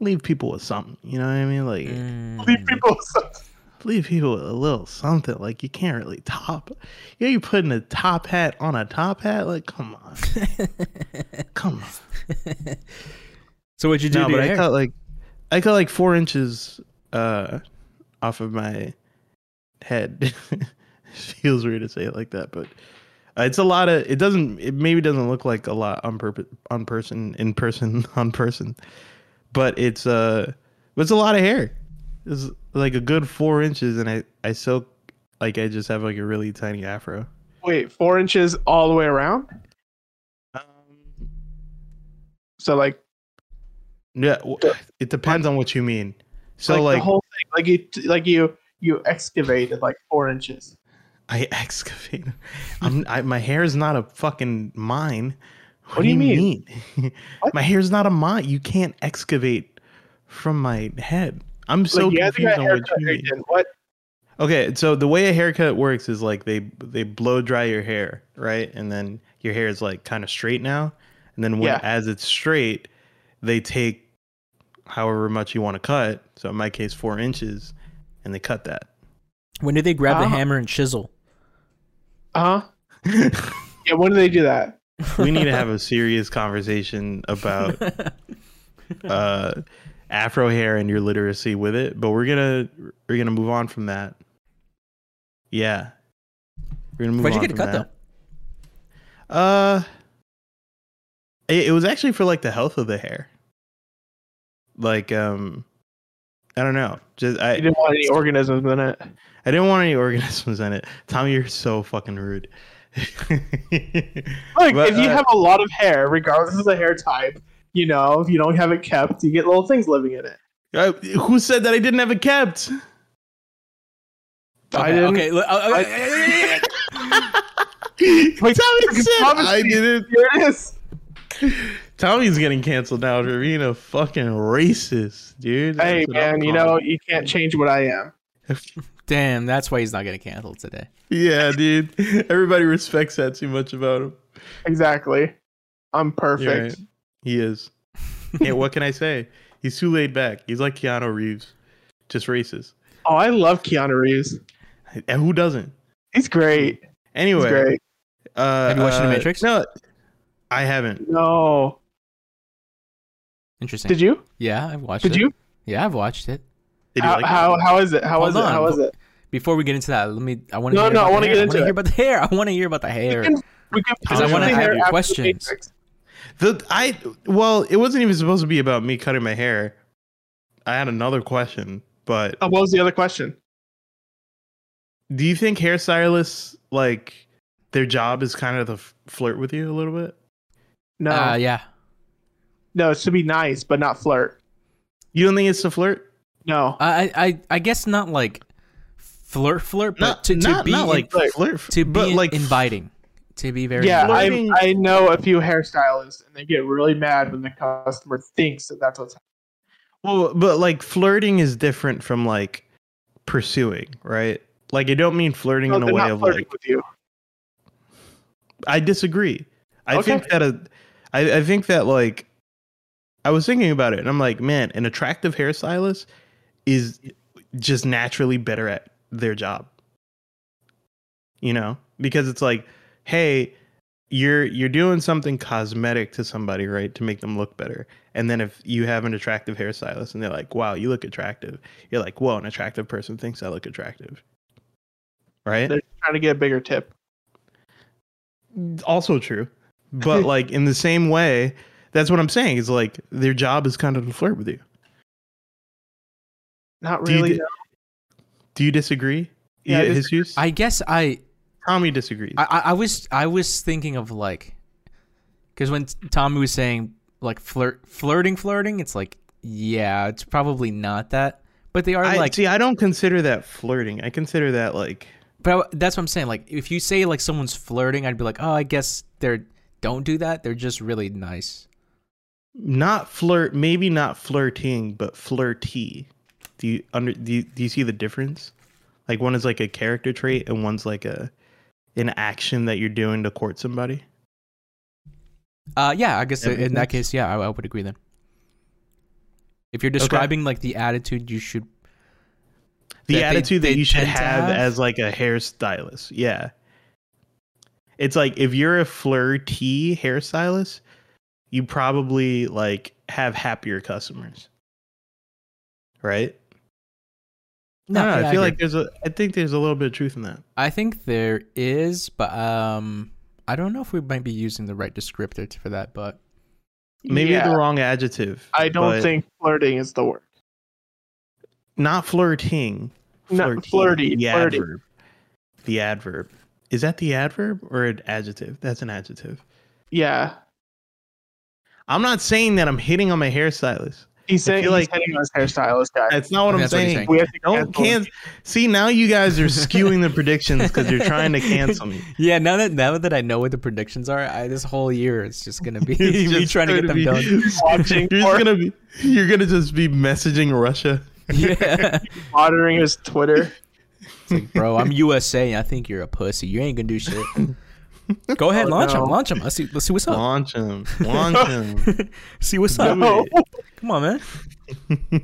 B: leave people with something. You know what I mean? Like,
A: Mm.
C: Leave people.
B: leave people with a little something. Like you can't really top. Yeah, you putting a top hat on a top hat. Like, come on, come on.
A: so what'd you do
B: no,
A: to
B: but
A: your
B: I
A: hair?
B: cut like I cut like four inches uh off of my head. Feels weird to say it like that, but uh, it's a lot of. It doesn't. It maybe doesn't look like a lot on purpose, on person, in person, on person, but it's uh, but it's a lot of hair. It's like a good four inches, and I I still like I just have like a really tiny afro.
C: Wait, four inches all the way around?
B: Um,
C: So, like,
B: yeah, w- it depends on what you mean. So
C: like,
B: like
C: the whole thing. Like, you, like you, you excavated like four inches.
B: I excavate. I'm, I, my hair is not a fucking mine. What,
C: do you mean?
B: mean?
C: What?
B: my hair is not a mine. You can't excavate from my head. I'm so
C: like, yeah,
B: confused on what you mean.
C: Didn't. What?
B: Okay, so the way a haircut works is like they they blow dry your hair, right? And then your hair is like kind of straight now. And then when
C: Yeah.
B: as it's straight, they take however much you want to cut. So in my case, four inches, and they cut that.
A: when did they grab the
C: Ah.
A: hammer and chisel?
C: Uh huh. Yeah, when do they do that?
B: we need to have a serious conversation about uh afro hair and your literacy with it but we're gonna we're gonna move on from that yeah we're gonna move
A: Why'd you
B: on
A: get it
B: from
A: cut
B: that. uh it, it was actually for like the health of the hair like um i don't know just i
C: You didn't want any organisms in it.
B: i didn't want any organisms in it tommy you're so fucking rude
C: Look,
B: But,
C: if you
B: uh,
C: have a lot of hair, regardless of the hair type, you know, if you don't have it kept, you get little things living in it.
B: Uh, who said that I didn't have it kept?
A: though?
C: I
A: Okay,
C: didn't-
A: okay, look, uh, uh,
C: I-
B: Tommy
C: fucking
B: said
C: promise
B: I
C: me.
B: didn't.
C: Here it is.
B: Tommy's getting canceled now for being a fucking racist, dude.
C: Hey,
B: That's what I'm
C: man, you know,
B: calling
C: you can't change what I am.
B: it.
A: damn, that's why he's not getting canceled today.
B: yeah, dude. Everybody respects that too much about him.
C: Exactly. I'm
B: You're
C: perfect.
B: right. He is. Yeah, what can I say? He's too laid back. He's like Keanu Reeves, just racist.
C: Oh, I love Keanu Reeves.
B: And who doesn't?
C: He's great. He's
B: Anyway,
C: great.
B: Uh,
A: Have you watched The
B: uh,
A: Matrix?
B: No, I haven't.
C: No.
A: Interesting.
C: Did you?
A: yeah, I've watched it.
C: Did you?
A: Yeah, I've watched it.
B: Did you
C: How,
B: like it?
C: how, how is it? How
A: Hold
C: is it?
A: on.
C: How is it?
A: Before we get into that, let me. I want to.
C: No,
A: hear
C: no, I
A: about the
C: wanna
A: hair.
C: get
A: I
C: into
A: wanna
C: it.
A: hear about the hair. I want to hear about the hair.
C: We can, we can
B: Because I
C: put
B: wanna
C: something
B: have
C: there
A: your
C: after the
A: questions.
C: Matrix.
B: The I well, it wasn't even supposed to be about me cutting my hair. I had another question, but
C: Oh, what was the other question?
B: do you think hairstylists like their job is kind of to f- flirt with you a little bit?
C: No.
A: Uh, yeah.
C: no, it's to be nice, but not flirt.
A: Uh,
B: You don't think it's to flirt?
C: No.
A: I, I, I guess not like flirt, flirt, but
B: Not
A: to, to
B: not,
A: be
B: not like
C: like-
B: flirt,
A: to be
B: but like
A: inviting, to be very
C: Yeah, I,
B: Flirting-
C: I know a few hairstylists, and they get really mad when the customer thinks that that's what's
B: Well, but like flirting is different from like pursuing, right? Like I don't mean flirting
C: happening.
B: in a
C: they're
B: way
C: not
B: of
C: flirting
B: like
C: with you.
B: I disagree. I
C: Okay.
B: think that a, I, I think that like I was thinking about it and I'm like, man, an attractive hairstylist is just naturally better at their job. You know, because it's like, hey, you're you're doing something cosmetic to somebody, right, to make them look better. And then if you have an attractive hairstylist and they're like, "Wow, you look attractive," you're like, "Whoa, an attractive person thinks I look attractive," right?
C: They're just trying to get a bigger tip.
B: also true but like in the same way that's what i'm saying is like their job is kind of to flirt with you
C: Not
B: Do you
C: really.
B: di-
C: no.
B: do you disagree
C: Yeah, I
B: his use
A: I guess I
B: tommy disagrees
A: I, I- I was I was thinking of like, because when Tommy was saying like flirt flirting flirting, it's like yeah, it's probably not that, but they are
B: I-
A: like.
B: see i don't consider that flirting i consider that like
A: But I, that's what I'm saying. Like if you say like someone's flirting, I'd be like, oh, I guess they're don't do that. They're just really nice.
B: not flirt maybe not flirting but flirty do you under do you, do you see the difference like one is like a character trait and one's like a an action that you're doing to court somebody
A: Uh, yeah, I guess
B: That makes
A: in that case, yeah, I, I would agree then. If you're describing like the attitude you should, that
B: the
A: they-
B: attitude
A: they
B: that you should
A: tend to
B: have,
A: have?
B: as like a hairstylist. Yeah. It's like if you're a flirty hairstylist, you probably like have happier customers. Right? No,
A: yeah,
B: I feel
A: agree.
B: like there's a I think there's a little bit of truth in that.
A: I think there is, but um, I don't know if we might be using the right descriptor t- for that. But
B: Maybe
C: Yeah,
B: the wrong adjective.
C: I don't
B: but
C: think flirting is the word.
B: not flirting.
C: Not flirty,
B: The
C: flirty.
B: adverb. The adverb. Is that the adverb or an adjective? That's an adjective.
C: Yeah,
B: I'm not saying that I'm hitting on my hairstylist.
C: he's saying
B: feel
C: he's
B: like-
C: hitting on his hairstylist guy.
B: That's not what I'm
A: That's what he's
B: saying.
A: saying.
C: we have to
B: Don't
C: cancel him.
B: can see now. You guys are skewing the predictions because you're trying to cancel me.
A: yeah, now that now that I know what the predictions are, I, this whole year it's just gonna be me
B: It's just
A: trying to get them
B: gonna
A: done.
B: be-
C: Watching
B: You're
C: for-
B: just gonna be. You're gonna just be messaging Russia.
A: Yeah,
C: monitoring his Twitter.
A: it's like, bro, I'm USA. I think you're a pussy. You ain't gonna do shit. Go ahead,
C: Oh,
A: launch
C: no.
A: him, launch him. Let's see, let's see what's up.
B: Launch him. Launch him.
A: see what's up.
C: No.
A: Come on, man.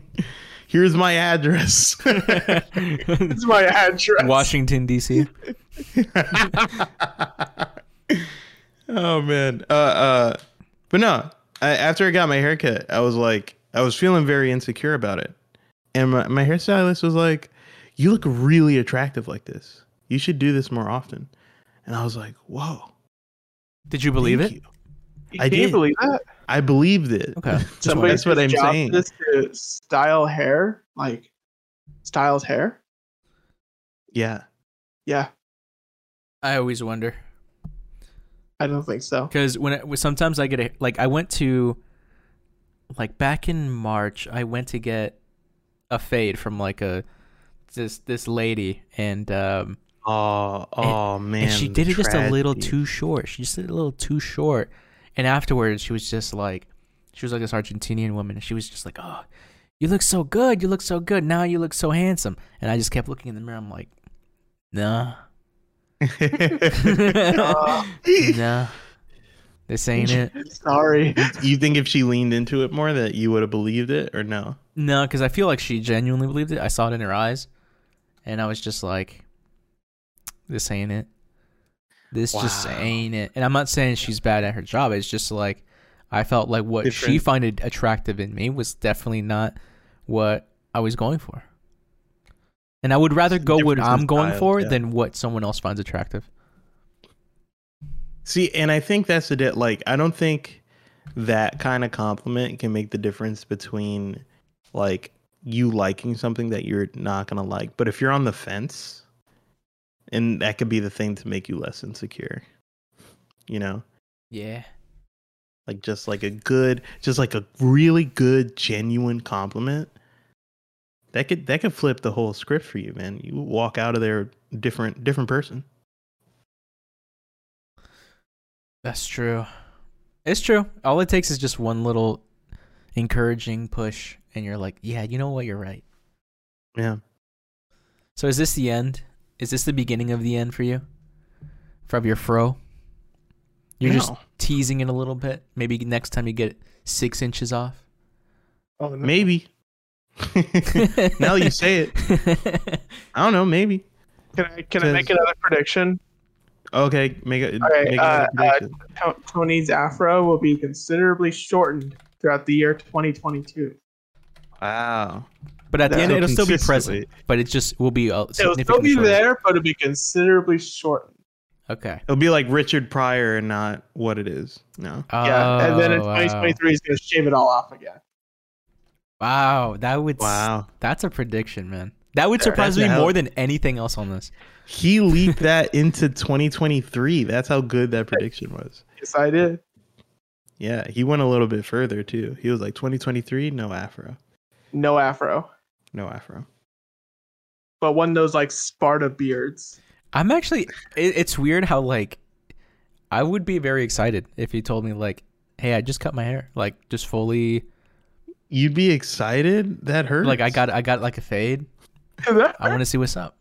B: Here's my address.
C: It's my address.
A: Washington D.C.
B: oh man. Uh. Uh. But no. I, after I got my haircut, I was like, I was feeling very insecure about it, and my, my hairstylist was like, "You look really attractive like this. You should do this more often." And I was like, "Whoa."
A: Did you believe
B: Thank
A: it?
B: you. I
C: Can you
B: did.
C: believe that?
B: I believed it.
A: Okay. Just wondering.
C: Somebody
B: That's what
C: whose
B: I'm
C: job
B: saying.
C: Is to style hair, like styles hair.
B: Yeah.
C: Yeah,
A: I always wonder
C: I don't think so.
A: because when it, sometimes I get a like I went to like back in March I went to get a fade from like a this this lady and um
B: Oh, oh man.
A: and she did
B: the
A: it just a little
B: tragedy.
A: too short. She just did it a little too short. And afterwards, she was just like, she was like this Argentinian woman. And she was just like, oh, you look so good. You look so good. Now you look so handsome. And I just kept looking in the mirror. I'm like, nah,
C: Uh,
A: nah, this ain't it.
C: Sorry.
B: you think if she leaned into it more that you would have believed it or no?
A: No, because I feel like she genuinely believed it. I saw it in her eyes. And I was just like, this ain't it. This just
B: Wow.
A: ain't it. And I'm not saying she's bad at her job. It's just like, I felt like what she
B: Different.
A: found it attractive in me was definitely not what I was going for. And I would rather go what
B: difference in
A: I'm going
B: style,
A: for
B: yeah.
A: than what someone else finds attractive.
B: See, and I think that's the di- like I don't think that kind of compliment can make the difference between like you liking something that you're not gonna like. But if you're on the fence, and that could be the thing to make you less insecure. You know?
A: Yeah.
B: like just like a good just like a really good genuine compliment That could that could flip the whole script for you, man. You walk out of there different different person.
A: That's true. It's true. All it takes is just one little encouraging push, and you're like, yeah, you know what? You're right.
B: Yeah.
A: So is this the end? Is this the beginning of the end for you? From your fro? You're just
B: No.
A: teasing it a little bit. Maybe next time you get six inches off.
C: Oh, no.
B: Maybe. now that you say it, I don't know. Maybe.
C: Can I can I
B: Says-
C: make another prediction?
B: Okay, make a
C: right,
B: make
C: uh,
B: another
C: uh,
B: prediction.
C: To- Tony's afro will be considerably shortened throughout the year 2022.
B: wow.
A: but at the
C: Yeah.
A: end,
B: So
A: it'll still be present.
B: consistently.
A: But it just will be a
C: It will
A: significant.
C: still be
A: shorter.
C: there, but it'll be considerably shortened.
A: Okay.
B: It'll be like Richard Pryor and not what it is. No.
C: yeah, and then in
A: Oh, wow.
C: 2023, he's going to shave it all off again.
A: Wow, that would. s-
B: Wow.
A: That's a prediction, man. That would
C: Yeah,
A: surprise me
B: that's a hell-
A: more than anything else on this.
B: He leaped that into 2023. That's how good that prediction was.
C: Yes, I did.
B: Yeah, he went a little bit further too. He was like 2023, no afro.
C: No afro,
B: No afro.
C: but one of those like Sparta beards.
A: I'm actually. It, it's weird how like, I would be very excited if you told me like, hey, I just cut my hair, like just fully,
B: You'd be excited? That hurts.
A: like I got, I got like a fade. I want to see what's up.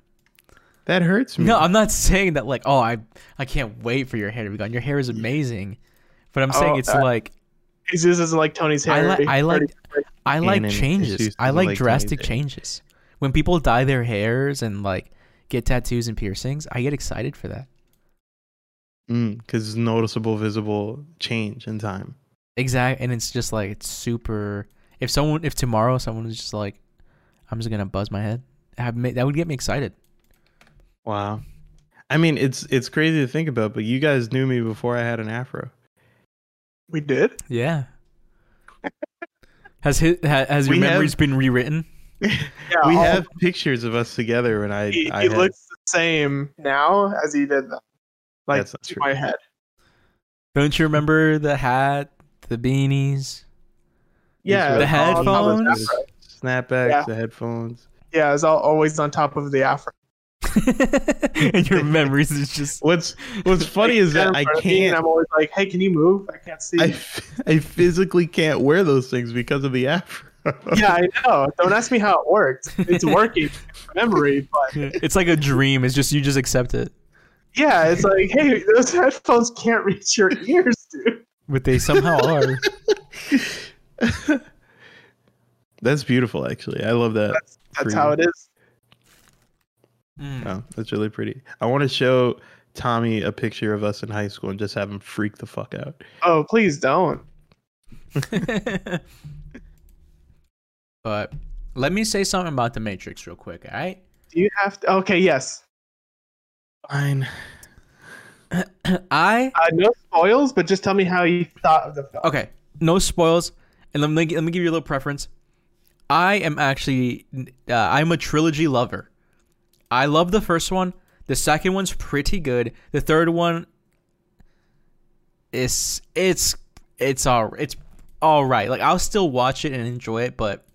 B: That hurts me.
A: No, I'm not saying that like, oh, I, I can't wait for your hair to be gone. Your hair is amazing, but I'm saying
C: Oh,
A: it's
C: uh,
A: like
C: He's just isn't like Tony's
A: I
C: hair.
A: like-
C: He
A: I like-
C: already-
A: I like
B: Canon
A: changes.
B: issues
A: I
B: to the
A: like
B: late
A: drastic
B: 20s.
A: changes. When people dye their hairs and like get tattoos and piercings, I get excited for that.
B: because it's Mm, noticeable, visible change in time.
A: Exact, and it's just like it's super. If someone, if tomorrow someone was just like, I'm just gonna buzz my head, I'd ma- that would get me excited.
B: Wow. I mean, it's it's crazy to think about, but you guys knew me before I had an afro.
C: we did.
A: Yeah. has his, ha, has your
B: We have-
A: memories been rewritten?
C: Yeah,
B: we
C: all-
B: have pictures of us together when I.
C: He,
B: I
C: he
B: had-
C: looks the same now as he did then. Like
B: That's not
C: to
B: true.
C: my head.
A: Don't you remember the hat, the beanies?
C: Yeah,
A: The
C: it's all on top of his
A: headphones?
C: afro.
B: snapbacks,
C: Yeah.
B: the headphones.
C: Yeah, it's all always on top of the afro.
A: and your memories is just
B: What's What's funny is that I
C: Jennifer,
B: can't.
C: I'm always like, hey, can you move? I can't see.
B: I, f- I physically can't wear those things because of the afro.
C: yeah, I know. Don't ask me how it worked. It's working from memory, but
A: it's like a dream. It's just you just accept it.
C: yeah, it's like, hey, those headphones can't reach your ears, dude.
A: But they somehow are.
B: That's beautiful, actually. I love that.
C: That's that's how it is.
A: Mm.
B: Oh, that's really pretty. I want to show Tommy a picture of us in high school and just have him freak the fuck out.
C: Oh, please don't.
A: Oh. but let me say something about the Matrix real quick, all right?
C: Do you have to? Okay, yes.
B: Fine.
A: I
C: Uh, no spoils, but just tell me how you thought of the film.
A: okay, no spoils, and let me let me give you a little preference. I am actually uh, I'm a trilogy lover. I love the first one. The second one's pretty good. The third one is it's it's all it's all right. Like I'll still watch it and enjoy it, but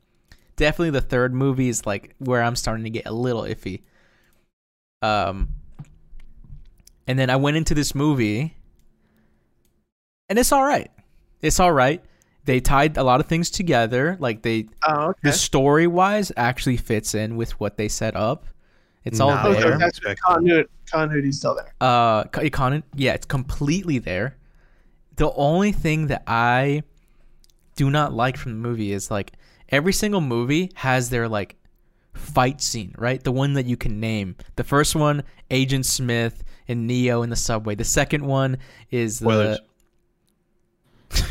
A: definitely the third movie is like where I'm starting to get a little iffy. Um and then I went into this movie and it's all right. It's all right. They tied a lot of things together. Like they
C: Oh, okay.
A: the story wise actually fits in with what they set up. It's all
B: Nah,
C: okay,
A: there.
C: that's the continuity. Continuity's still there.
A: Uh, co- Conan, yeah, it's completely there. The only thing that I do not like from the movie is like every single movie has their like fight scene, right? The one that you can name. The first one, Agent Smith and Neo in the subway. The second one is the
B: Spoilers.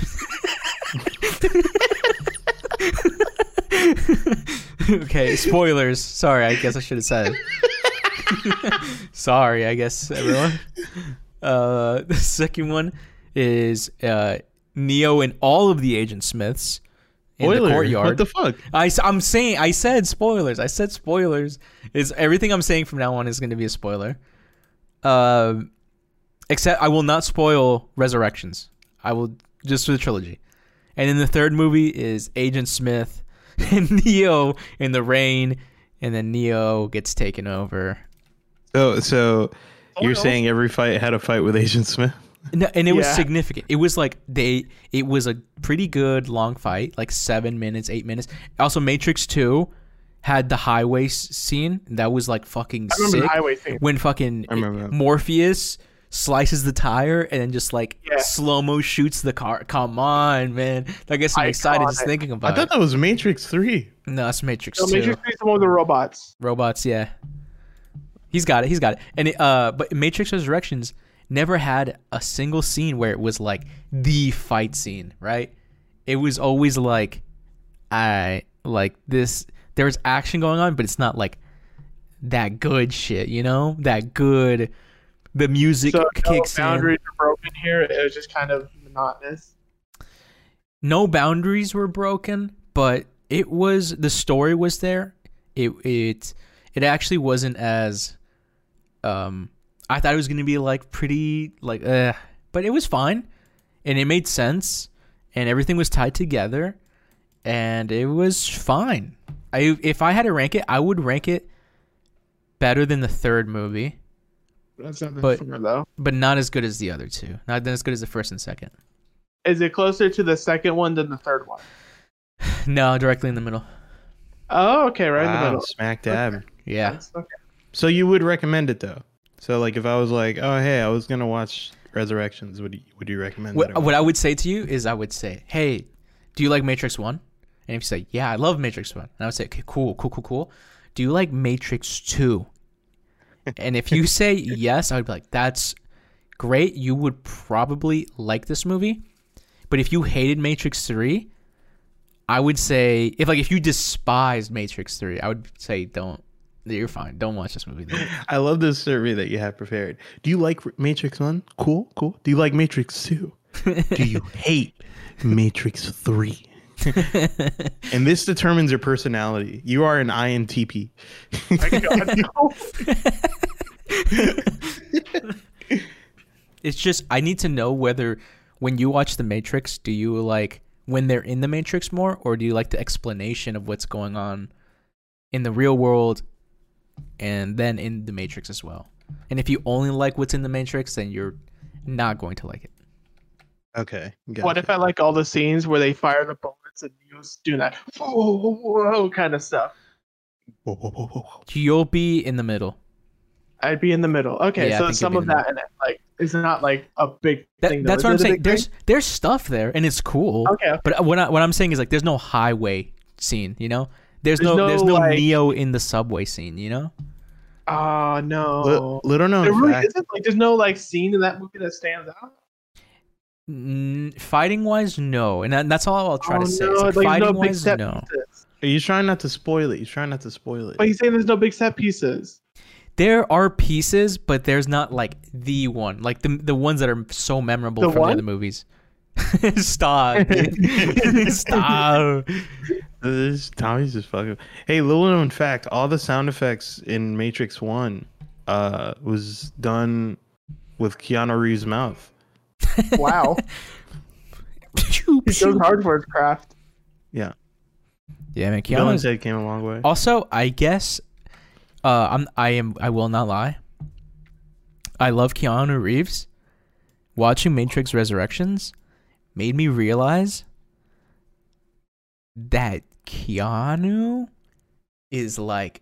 C: Uh,
A: okay, spoilers. Sorry, I guess I should have said it. Sorry, I guess everyone. Uh, the second one is uh, Neo and all of the Agent Smiths in
B: Spoiler.
A: the courtyard.
B: What the fuck?
A: I, am saying I said spoilers. I said spoilers. Is everything I'm saying from now on is going to be a spoiler. Um, except I will not spoil Resurrections. I will just for the trilogy, and then the third movie is Agent Smith and Neo in the rain, and then Neo gets taken over.
B: Oh, so you're
C: else-
B: saying every fight had a fight with Agent Smith?
A: No, and it was
C: Yeah.
A: significant. It was like they. It was a pretty good long fight, like seven minutes, eight minutes. Also, Matrix Two had the highway s- scene that was like fucking
C: I remember
A: sick.
C: the highway thing.
A: when fucking
B: I remember that.
A: Morpheus slices the tire and then just like
C: Yeah.
A: slow mo shoots the car. Come on, man! I guess I'm excited just
C: Iconic.
A: thinking
B: I
A: about
B: thought
A: it.
B: that was Matrix Three.
A: No, it's Matrix
C: So
A: Two.
C: Matrix Three is the one with the robots.
A: robots yeah he's got it he's got it and it, uh but matrix resurrections never had a single scene where it was like the fight scene right it was always like i like this there's action going on but it's not like that good shit you know that good the music
C: So no
A: kicks in
C: boundaries are broken here. It was just kind of monotonous.
A: no boundaries were broken, but it was the story was there. It it it actually wasn't as um I thought it was going to be like pretty like uh but it was fine and it made sense and everything was tied together and it was fine. I if I had to rank it, I would rank it better than the third movie,
C: That's not
A: But-
C: fair, though.
A: but not as good as the other two. Not as good as the first and second.
C: Is it closer to the second one than the third one?
A: No, directly in the middle.
C: Oh, okay, right in the
B: Wow,
C: middle.
B: smack dab.
A: Yeah.
C: That's okay.
B: So you would recommend it though? So like, if I was like, oh hey, I was gonna watch Resurrections, would you, would you recommend that?
A: What, what I would say to you is I would say, hey, do you like Matrix 1? And if you say, yeah, I love Matrix 1. And I would say, okay, cool, cool, cool, cool. Do you like Matrix 2? and if you say yes, I would be like, that's great. You would probably like this movie. But if you hated Matrix 3, I would say, if like if you despised Matrix 3, I would say, don't, you're fine. Don't watch this movie. then.
B: I love this survey that you have prepared. Do you like Matrix One? Cool, cool. Do you like Matrix Two? Do you hate Matrix Three? and this determines your personality. You are an INTP.
C: My God, no.
A: It's just I need to know whether when you watch The Matrix, do you like when they're in the Matrix more, or do you like the explanation of what's going on in the real world and then in the Matrix as well? And if you only like what's in the Matrix, then you're not going to like it.
B: Okay.
C: What if I like all the scenes where they fire the bullets and you was doing that whoa, whoa, whoa, whoa kind of stuff?
B: Whoa, whoa, whoa, whoa, whoa.
A: You'll be in the middle.
C: I'd be in the middle. Okay,
A: Yeah, I think
C: so
A: you'd
C: some
A: be
C: of
A: in the
C: that and it, like it's not like a big
A: That-
C: thing. though.
A: that's
C: Is
A: what I'm
C: it a
A: saying.
C: big thing?
A: There's there's stuff there, and it's cool.
C: Okay.
A: But what I, what I'm saying is like there's no highway scene. You know, there's,
C: There's
A: no, there's
C: no,
A: no
C: like-
A: Neo in the subway scene. You know.
C: Oh
B: Li-
C: no.
B: Little known
C: There really
B: fact.
C: isn't like there's no like scene in that movie that stands out.
A: N- fighting wise, Mm, no, and that- that's all I'll try
C: oh,
A: to say.
C: No,
A: It's like,
C: like,
A: fighting
C: no big
A: wise,
C: set
A: no.
C: pieces.
B: You're trying not to spoil it. You're trying not to spoil it.
C: But he's saying there's no big set pieces.
A: There are pieces, but there's not like the one, like the the ones that are so memorable
C: The
A: from
C: one?
A: the other movies. Stop! dude. Stop!
B: This Tommy's just fucking. Hey, little known fact: all the sound effects in Matrix One uh, was done with Keanu Reeves' mouth.
C: Wow.
A: Pew,
C: he goes
A: pew.
C: hard for his craft.
B: Yeah,
A: yeah, man.
B: Bill and
A: Keanu's,
B: Ted came a long way.
A: also, I guess, uh, I'm I am I will not lie. I love Keanu Reeves. Watching Matrix Resurrections made me realize that Keanu is like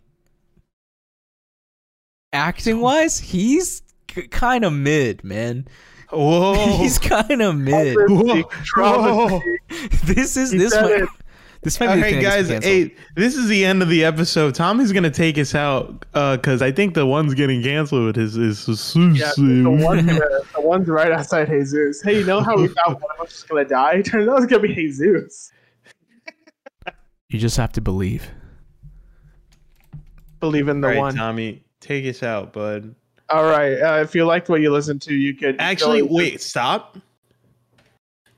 A: acting wise, he's k- kind of mid, man.
B: Whoa!
A: He's kind of mid.
B: Whoa.
C: Trauma
B: Whoa.
C: fatigue.
A: This is
C: He
A: this
C: said
A: might,
C: it.
A: this might
B: all
A: be the
B: right,
A: thing that
B: guys.
A: gets me canceled.
B: Hey, this is the end of the episode. Tommy's gonna take us out because I think the one's getting canceled with his is
C: Yeah, the one's, the one's right outside Jesus. Hey, you know how we thought one of us was gonna die? Turns out it's gonna be Jesus.
A: You just have to believe.
C: Believe in the
B: All right,
C: one.
B: Tommy, take us out, bud.
C: All right. Uh, if you liked what you listened to, you could
B: Actually,
C: go-
B: wait, stop.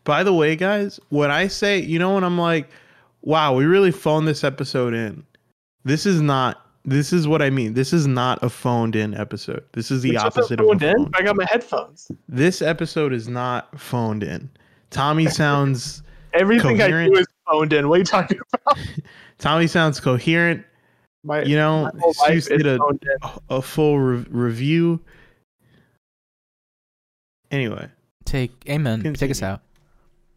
B: By the way, guys, when I say, you know, when I'm like, wow, we really phoned this episode in. This is not. This is what I mean. This is not a phoned in episode. This is the
C: It's just
B: opposite of a
C: phoned in.
B: phoned.
C: I got my headphones.
B: This episode is not phoned in. Tommy sounds.
C: Everything I
B: Coherent.
C: do is phoned in. What are you talking about?
B: Tommy sounds coherent.
C: My,
B: You know,
C: my whole life
B: Seuss
C: is
B: did a,
C: phoned in.
B: a full re- review. Anyway,
A: Take amen. Take us
B: Continue.
A: out.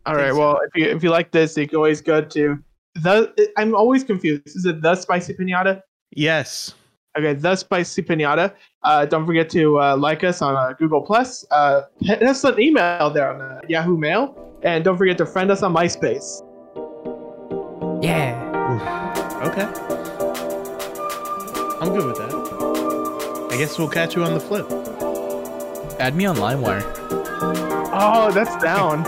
C: All right. Well, if you if you like this, you can always go to the. I'm always confused. Is it the spicy pinata?
B: yes,
C: Okay, the spicy pinata. Uh, don't forget to uh, like us on uh, Google Plus. Uh, hit us an email there on uh, Yahoo Mail, and don't forget to friend us on MySpace.
A: Yeah.
B: okay, I'm good with that. I guess we'll catch you on the flip.
A: Add me on LimeWire.
C: Oh, that's down.